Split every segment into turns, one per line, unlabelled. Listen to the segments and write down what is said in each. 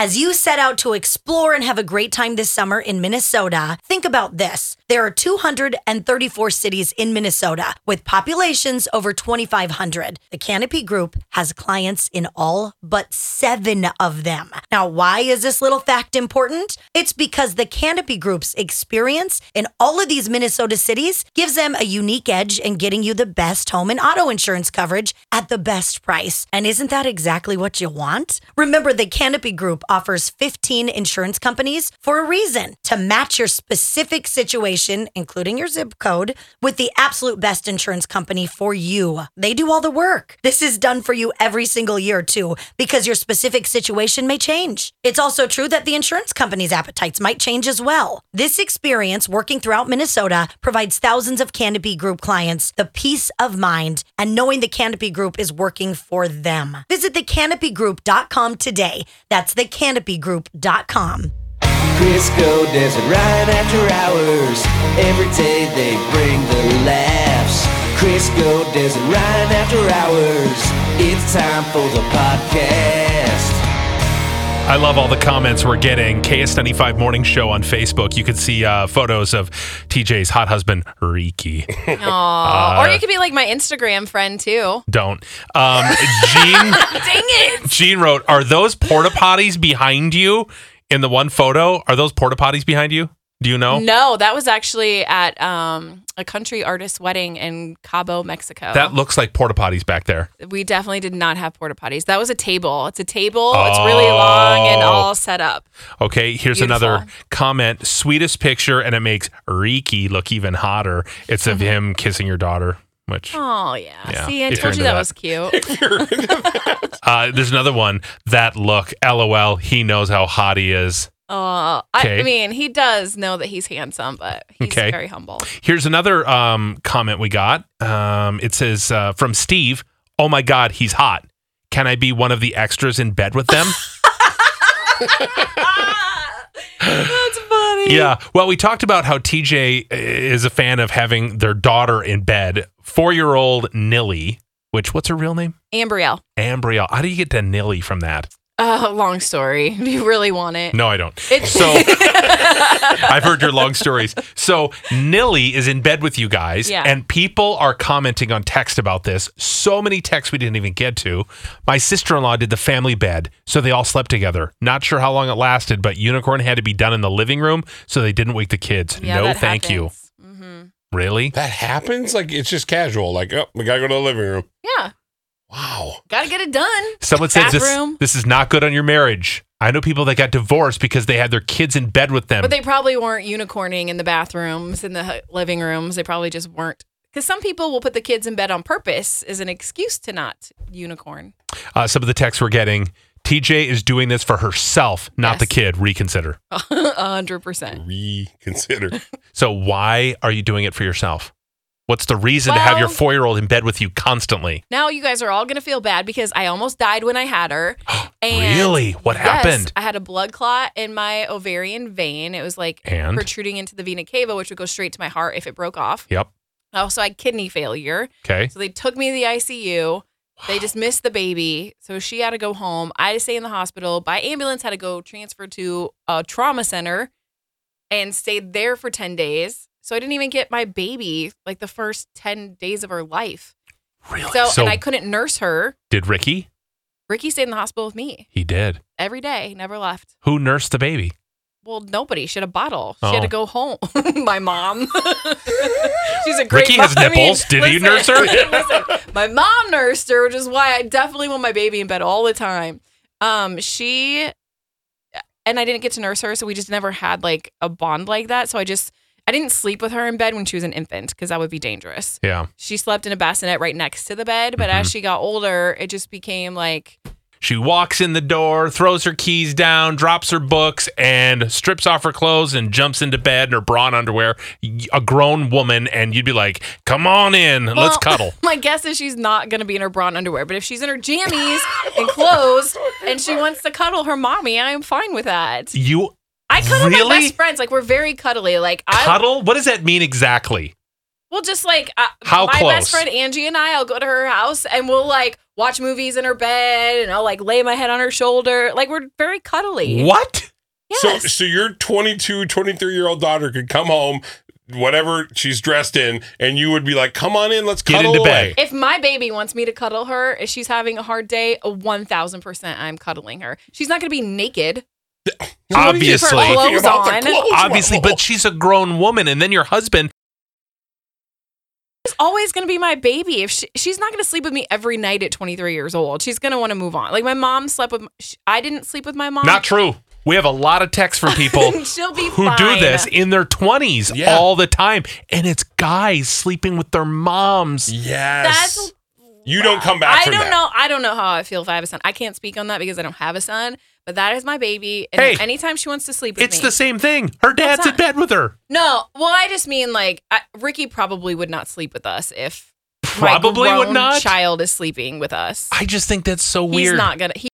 As you set out to explore and have a great time this summer in Minnesota, think about this. There are 234 cities in Minnesota with populations over 2,500. The Canopy Group has clients in all but seven of them. Now, why is this little fact important? It's because the Canopy Group's experience in all of these Minnesota cities gives them a unique edge in getting you the best home and auto insurance coverage at the best price. And isn't that exactly what you want? Remember, the Canopy Group offers 15 insurance companies for a reason to match your specific situation, including your zip code, with the absolute best insurance company for you. They do all the work. This is done for you every single year, too, because your specific situation may change. It's also true that the insurance company's appetites might change as well. This experience working throughout Minnesota provides thousands of Canopy Group clients the peace of mind and knowing the Canopy Group is working for them. Visit thecanopygroup.com today. That's thecanopygroup.com.
Crisco dancing right after hours. Every day they bring the laughs. Crisco dancing right after hours. It's time for the podcast.
I love all the comments we're getting. KS95 Morning Show on Facebook. You can see uh, photos of TJ's hot husband, Ricky. Uh,
Aw. or you could be like my Instagram friend too.
Don't. Um, Gene,
Dang it!
Gene wrote, Are those porta potties behind you in the one photo? Are those porta potties behind you? Do you know?
No, that was actually at um, a country artist wedding in Cabo, Mexico.
That looks like porta potties back there.
we definitely did not have porta potties. That was a table. It's a table. It's really long and
Oh.
all set up.
Okay, here's
Beautiful.
another comment. Sweetest picture, and it makes Ricky look even hotter. It's of him kissing your daughter, which.
Uh-huh. Oh yeah.
Yeah,
See, I
if you're
told
into
you that,
that.
was cute.
Uh, there's another one. That look, lol. He knows how hot he is.
Oh, I,
Okay.
I mean, he does know that he's handsome, but he's
Okay.
very humble.
Here's another um, comment we got. Um, it says uh, from Steve. Oh my God, he's hot. Can I be one of the extras in bed with them?
That's funny.
yeah. Well, we talked about how TJ is a fan of having their daughter in bed. Four year old Nilly, which what's her real name?
Ambrielle.
Ambrielle. How do you get to Nilly from that?
Uh, long story. Do you really want it?
No, I don't.
It-
So I've heard your long stories. So Nilly is in bed with you guys,
Yeah.
and people are commenting on text about this. So many texts we didn't even get to. My sister in law did the family bed, so they all slept together. Not sure how long it lasted, but Unicorn had to be done in the living room, so they didn't wake the kids.
Yeah,
no,
that
thank you.
happens. Mhm.
Really?
That happens? Like, it's just casual. Like, oh, we got to go to the living room.
Yeah.
Wow.
Gotta get it done.
Someone says this,
Bathroom.
this is not good on your marriage. I know people that got divorced because they had their kids in bed with them.
But they probably weren't unicorning in the bathrooms, in the hu- living rooms. They probably just weren't. Because some people will put the kids in bed on purpose as an excuse to not unicorn.
uh, some of the texts we're getting. TJ is doing this for herself, not
Yes.
the kid. Reconsider.
A 100%.
Reconsider.
So why are you doing it for yourself? What's the reason to have your
Well-
four-year-old in bed with you constantly?
Now you guys are all going to feel bad because I almost died when I had her. And
really? What
yes,
happened?
I had a blood clot in my ovarian vein. It was like
And?
protruding into the vena cava, which would go straight to my heart if it broke off.
Yep.
I Also, had kidney failure.
Okay.
So they took me to the ICU. They just missed the baby. So she had to go home. I had to stay in the hospital by ambulance, had to go transfer to a trauma center and stayed there for 10 days. So I didn't even get my baby like the first 10 days of her life.
Really?
So,
So,
and I couldn't nurse her.
did Ricky?
Ricky stayed in the hospital with me
He did.
every day, never left.
Who nursed the baby?
Well, nobody. She had a bottle. She had
Oh.
to go home. my mom. She's a great
Ricky
mom.
has nipples. Did he nurse her?
listen, my mom nursed her, which is why I definitely want my baby in bed all the time. Um, she and I didn't get to nurse her, so we just never had like a bond like that. So I just I didn't sleep with her in bed when she was an infant because that would be dangerous
Yeah.
she slept in a bassinet right next to the bed. But
Mm-hmm.
as she got older, it just became like,
She walks in the door, throws her keys down, drops her books, and strips off her clothes and jumps into bed in her bra and underwear. Y- A grown woman, and you'd be like, "Come on in, let's
well,
cuddle."
My guess is she's not going to be in her bra and underwear. But if she's in her jammies and clothes and she wants to cuddle her mommy, I am fine with that.
You
I cuddle my
Really?
best friends. Like, we're very cuddly. Like, I.
cuddle? What does that mean exactly?
Well, just like uh,
How
my
close?
best friend Angie and I, I'll go to her house and we'll like watch movies in her bed, and I'll like lay my head on her shoulder. Like we're very cuddly.
What?
So,
Yes.
so your 22, 23 year old daughter could come home, whatever she's dressed in, and you would be like, come on in, let's
Get
cuddle
into
away.
if my baby wants me to cuddle her, if she's having a hard day, one thousand percent, I'm cuddling her. She's not going to be naked.
What are you
Obviously.
talking
Clothes
about? The
on.
clothes
Obviously,
on.
but she's a grown woman, and then your husband.
She's always going to be my baby. If she, she's not going to sleep with me every night at 23 years old, she's going to want to move on. Like my mom slept with, sh I didn't sleep with my mom.
Not true. We have a lot of texts from people
She'll be
who do
fine.
this in their 20s
Yeah.
all the time, and it's guys sleeping with their moms.
yes.
That's
you don't come back
I
from
don't
that.
know. I don't know how I feel if I have a son. I can't speak on that because I don't have a son. But that is my baby. And
Hey.
anytime she wants to sleep with
It's
me,
the same thing. Her dad's in
not-
bed with her.
no. Well, I just mean like I, Ricky probably would not sleep with us if
Probably
my
would
grown
not.
Child is sleeping with us.
I just think that's so
He's
weird.
not gonna. He,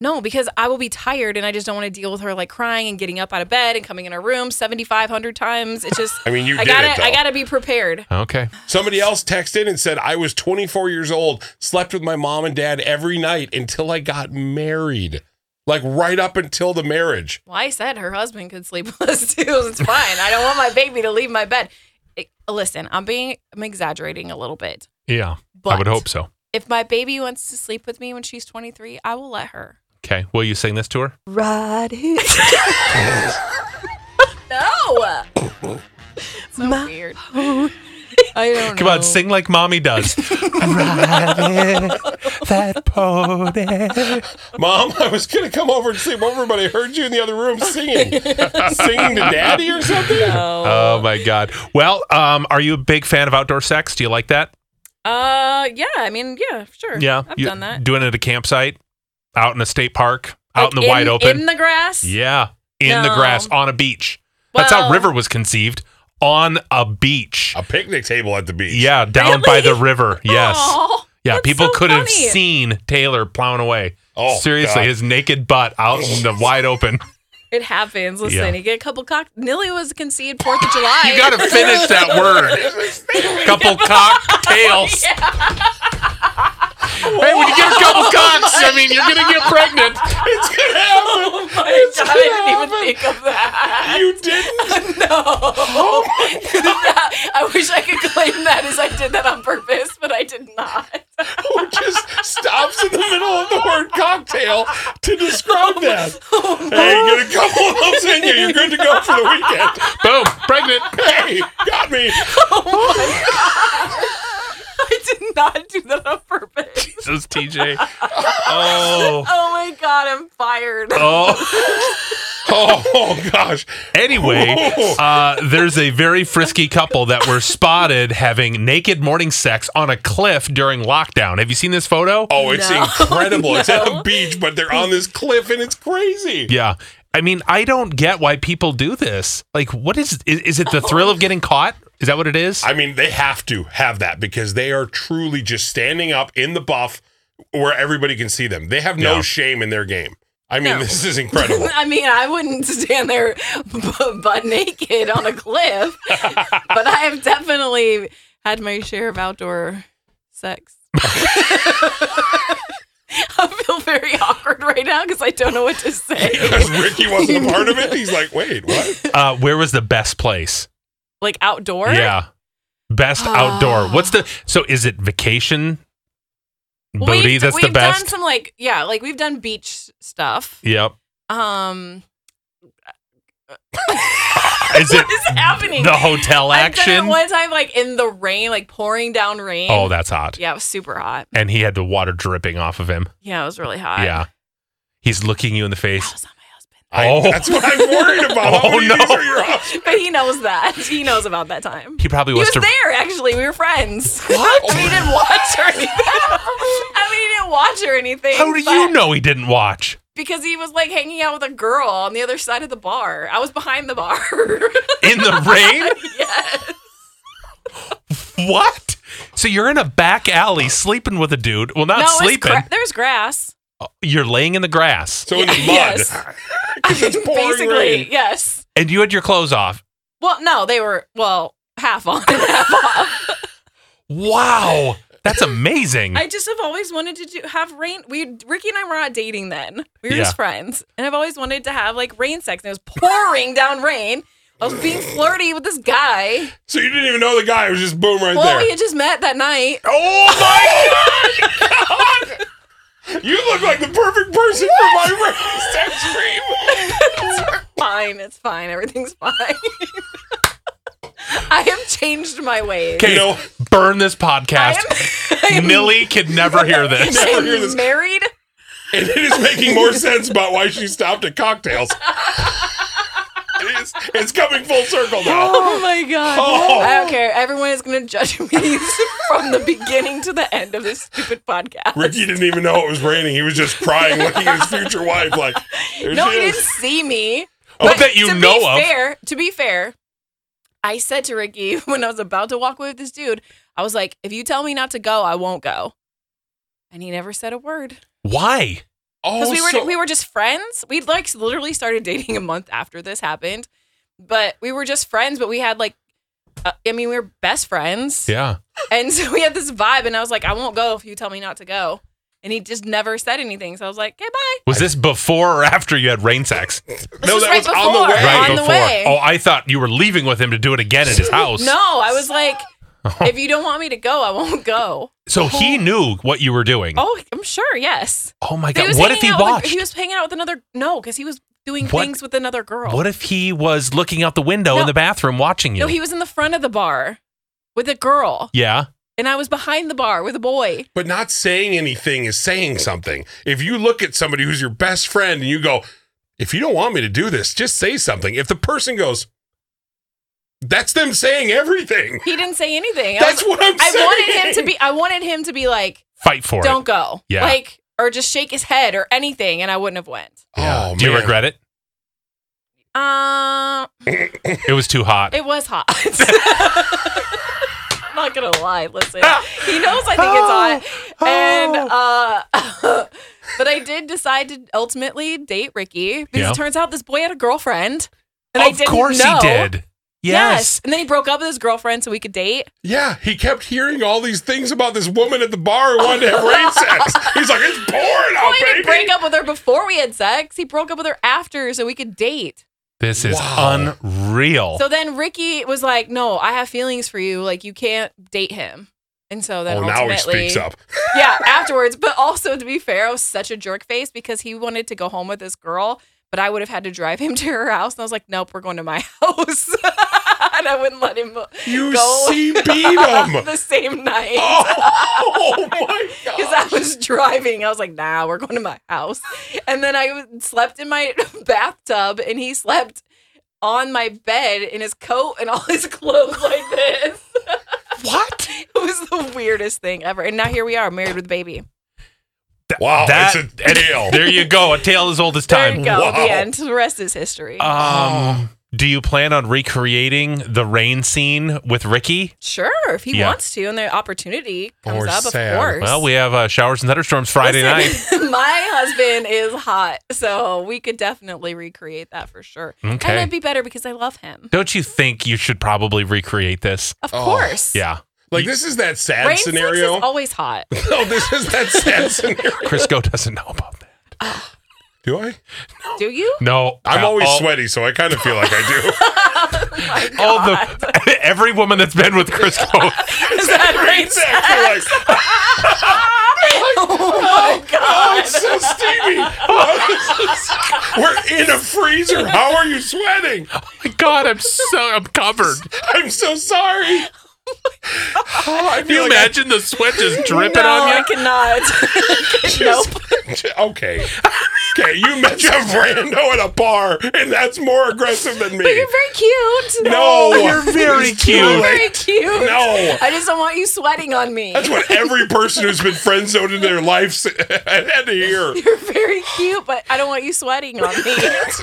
no, because I will be tired and I just don't want to deal with her like crying and getting up out of bed and coming in her room seventy five hundred times. It's just
I mean, you
I
did
gotta
it, though.
I gotta be prepared.
Okay.
Somebody else texted and said, I was 24 years old, slept with my mom and dad every night until I got married. Like right up until the marriage.
Well, I said her husband could sleep with us too. It's fine. I don't want my baby to leave my bed. It- listen, I'm being I'm exaggerating a little bit,
Yeah.
but
I would hope so.
If my baby wants to sleep with me when she's 23, I will let her.
Okay. Will you sing this to her?
Right here,
No. so weird. I don't
Come
know.
on, sing like mommy does. Riding that pony.
Mom, I was going to come over and sleep over, but I heard you in the other room singing. singing to daddy or something?
Oh my God. Well, um, are you a big fan of outdoor sex? Do you like that?
Uh, yeah. I mean, yeah, sure.
Yeah.
I've
You-
done that.
Doing it at a campsite, out in a state park, out
Like,
in the wide open.
in the grass.
yeah. In the
No.
grass on a beach. That's how
Well-
River was conceived on a beach.
A picnic table at the beach.
Yeah, down by the
Really?
river. Yes.
Aw,
Yeah,
that's
people
so
could have
funny.
seen Taylor plowing away.
Oh,
seriously,
God.
his naked butt out in the wide open.
It happens. Listen,
Yeah.
you get a couple cock. Nilly was conceived Fourth of July.
You got to finish that word. Couple cocktails. Hey, when you get a couple cocks, I mean, you're gonna get pregnant.
It's going to happen.
Oh my god! I didn't even think of that.
You didn't.
No. I wish I could claim that as I did that on purpose, but I did not.
Who just stops in the middle of the word cocktail to
Oh
describe that? Hey, get a couple of those in you. You're good to go for the weekend.
Boom, pregnant.
Hey, got me.
I did not do that on purpose.
Just TJ. Oh,
Oh my god, I'm fired.
oh.
Oh, oh, gosh.
Anyway, uh, there's a very frisky couple that were spotted having naked morning sex on a cliff during lockdown. Have you seen this photo?
Oh, it's
No.
incredible. It's at a
No.
beach, but they're on this cliff and it's crazy.
Yeah. I mean, I don't get why people do this. Like, what is, is, is it the thrill of getting caught? Is that what it is?
I mean, they have to have that because they are truly just standing up in the buff where everybody can see them. They have no
Yeah.
shame in their game. I mean,
No.
this is incredible.
I mean, I wouldn't stand there b- butt naked on a cliff, but I have definitely had my share of outdoor sex. I feel very awkward right now because I don't know what to say.
Because Ricky wasn't a part of it. He's like, wait, what?
Uh, where was the best place?
Like outdoor?
Yeah. Best
Oh.
outdoor. What's the, so is it vacation
Well,
booty?
we've,
that's
we've
the best.
done some like yeah, like we've done beach stuff.
yep.
Um,
Is it
what is happening?
the hotel
I've done it
action?
one time like in the rain, like pouring down rain.
Oh, that's hot.
yeah, it was super hot.
And he had the water dripping off of him.
Yeah, it was really hot.
yeah. He's looking you in the
I
face.
was on my husband.
I,
Oh.
That's what I'm worried about.
Oh,
Oh, no.
no.
But he knows that. He knows about that time.
He probably
He
wants
was
to.
there actually. We were friends. What? I mean, he didn't watch or anything. I mean, he didn't watch or anything.
How do you
but-
know he didn't watch?
Because he was like hanging out with a girl on the other side of the bar. I was behind the bar.
In the rain?
yes.
What? So you're in a back alley sleeping with a dude. Well, not
no,
sleeping.
It's gra- there's grass.
you're laying in the grass
So in the mud.
Yes.
'Cause it's pouring
Basically,
rain.
yes.
and you had your clothes off.
Well, no, they were well. half on and half off.
Wow, that's amazing.
I just have always wanted to do, have rain. We Ricky and I were not dating then. We were
Yeah.
just friends, and I've always wanted to have like rain sex. And it was pouring down rain. I was being flirty with this guy.
So you didn't even know the guy. It was just boom right
Well,
there.
we had just met that night.
Oh my god! You look like the perfect person for my race sex dream.
fine. It's fine. Everything's fine. I have changed my ways.
Okay,
You know-
burn this podcast.
I am-
Millie could never hear this.
Never
I'm
hear this.
married.
And it is making more sense about why she stopped at cocktails. It is, it's coming full circle now.
Oh my god.
Oh.
I don't care. Everyone is gonna judge me from the beginning to the end of this stupid podcast.
Ricky didn't even know it was raining. He was just crying, looking at his future wife like, there
No,
she
he
is.
didn't see me.
Well,
But
that you
to
know
be
of.
Fair, to be fair, I said to Ricky when I was about to walk away with this dude, I was like, if you tell me not to go, I won't go. And he never said a word.
Why?
Oh,
because we were
so-
we were just friends. We like literally started dating a month after this happened, but we were just friends. But we had like, uh, I mean, we were best friends,
Yeah.
and so we had this vibe. And I was like, I won't go if you tell me not to go. And he just never said anything. So I was like, okay, bye.
Was this before or after you had rain sex?
no,
was
that
right
was on the
before.
way.
Right. On the
before.
way.
Oh, I thought you were leaving with him to do it again at his house.
No, I was like, if you don't want me to go, I won't go.
So he knew what you were doing. Oh,
Oh, I'm sure. Yes.
my
But
god. What if
hanging
he
out with a-
watched?
he was hanging out with another. No, because he was doing
What-
things with another girl.
what if he was looking out the window in
No.
the bathroom watching you?
no, he was in the front of the bar with a girl,
yeah.
and I was behind the bar with a boy.
But not saying anything is saying something. If you look at somebody who's your best friend and you go, if you don't want me to do this, just say something. If the person goes, that's them saying everything.
He didn't say anything. I
That's
was-
what I'm
I
saying.
wanted him to be. I wanted him to be like,
Fight for
"Don't
it.
go,"
Yeah.
like, or just shake his head or anything, and I wouldn't have went.
Yeah.
Oh,
Do you
man.
regret it?
Um,
It was too hot.
it was hot. I'm not gonna lie. Listen, he knows I think it's hot, and uh, but I did decide to ultimately date Ricky because
Yeah.
it turns out this boy had a girlfriend, and I
of
didn't
course
know.
he did. Yes.
and then he broke up with his girlfriend so we could date.
Yeah, he kept hearing all these things about this woman at the bar who wanted to have rain sex. He's like, it's boring
Oh,
out,
he didn't
baby.
break up with her before we had sex. He broke up with her after so we could date.
This is
Wow.
unreal.
So then Ricky was like, "No, I have feelings for you. Like you can't date him." And so then
Oh, now he
ultimately,
speaks up.
yeah, afterwards. But also to be fair, I was such a jerk face because he wanted to go home with this girl, but I would have had to drive him to her house, and I was like, "Nope, we're going to my house," and I wouldn't let him
You
go
see, beat him.
the same night.
oh, my
Because
God.
I was driving, I was like, "Nah, we're going to my house," and then I slept in my bathtub, and he slept on my bed in his coat and all his clothes like this.
what?
It was the weirdest thing ever, and now here we are, married with a baby.
Wow,
That-
it's a deal.
There you go. A tale as old as
There
time.
you go. Oh.
Wow.
The end. The rest is history.
Um, do you plan on recreating the rain scene with Ricky?
sure, if he
yeah.
wants to, and the opportunity comes
Or
up,
Sam.
of course.
Well, we have uh, showers and thunderstorms Friday night.
Listen, My husband is hot, so we could definitely recreate that for sure.
Okay. Oh,
And it'd be better because I love him.
Don't you think you should probably recreate this?
Of
Oh,
course.
Yeah.
Like, this is that sad
Rain
scenario.
sex is always hot.
No, this is that sad scenario.
Crisco doesn't know about that.
Do I?
Do you?
No.
I'm
Uh,
always
all-
sweaty, so I kind of feel like I do.
All the every woman that's been with Crisco
Is that rain
It's actually like,
Oh my
oh,
god.
it's so steamy. We're in a freezer. How are you sweating?
My God, I'm so I'm covered.
I'm so sorry. Oh, I
Can you
feel like I-
imagine the sweat just dripping
no,
on
I
you?
cannot. nope.
Just- okay. Okay, you met a rando at a bar, and that's more aggressive than
But
me.
you're very cute.
No,
You're very
It's too
cute.
late.
Very cute.
No.
I just don't want you sweating on me.
That's what every person who's been friend zoned in their lives had to hear.
You're very cute, but I don't want you sweating on me.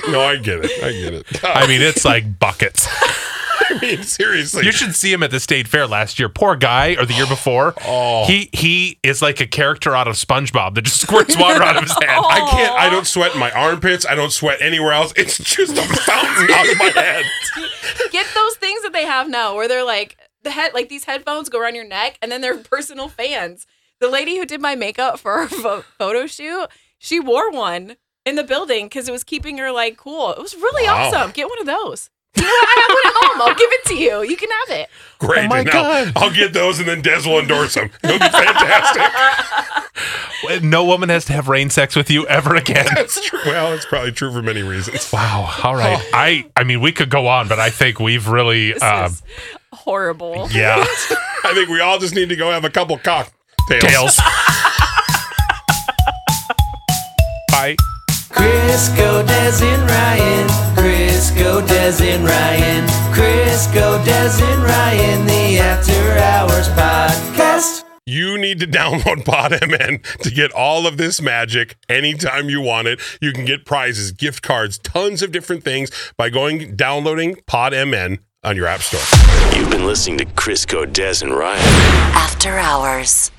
No, I get it. I get it.
I mean, it's like buckets.
I mean, seriously.
You should see him at the state fair last year. Poor guy, or the year before.
Oh.
He he is like a character out of SpongeBob that just squirts water out of his head.
I can't. I don't sweat in my armpits. I don't sweat anywhere else. It's just a fountain out of my head.
Get those things that they have now, where they're like the head, like these headphones go around your neck, and then they're personal fans. The lady who did my makeup for our pho- photo shoot, she wore one in the building because it was keeping her like cool. It was really
Wow.
awesome. Get one of those. You know what? I have one at home. I'll give it to you. You can have it.
Great.
Oh my
and I'll-
God.
I'll, get those and then Des will endorse them. It'll be fantastic.
No woman has to have rain sex with you ever again.
That's true. Well, it's probably true for many reasons.
Wow. All right. I I mean, we could go on, but I think we've really
Oh. This
um,
is horrible.
yeah
I think we all just need to go have a couple cocktails.
tails. Bye.
Crisco Des and Ryan. Crisco Des and Ryan. Crisco Des and Ryan. The After Hours Podcast.
You need to download PodMN to get all of this magic anytime you want it. You can get prizes, gift cards, tons of different things by going downloading PodMN on your app store.
You've been listening to Chris Godez and Ryan.
After Hours.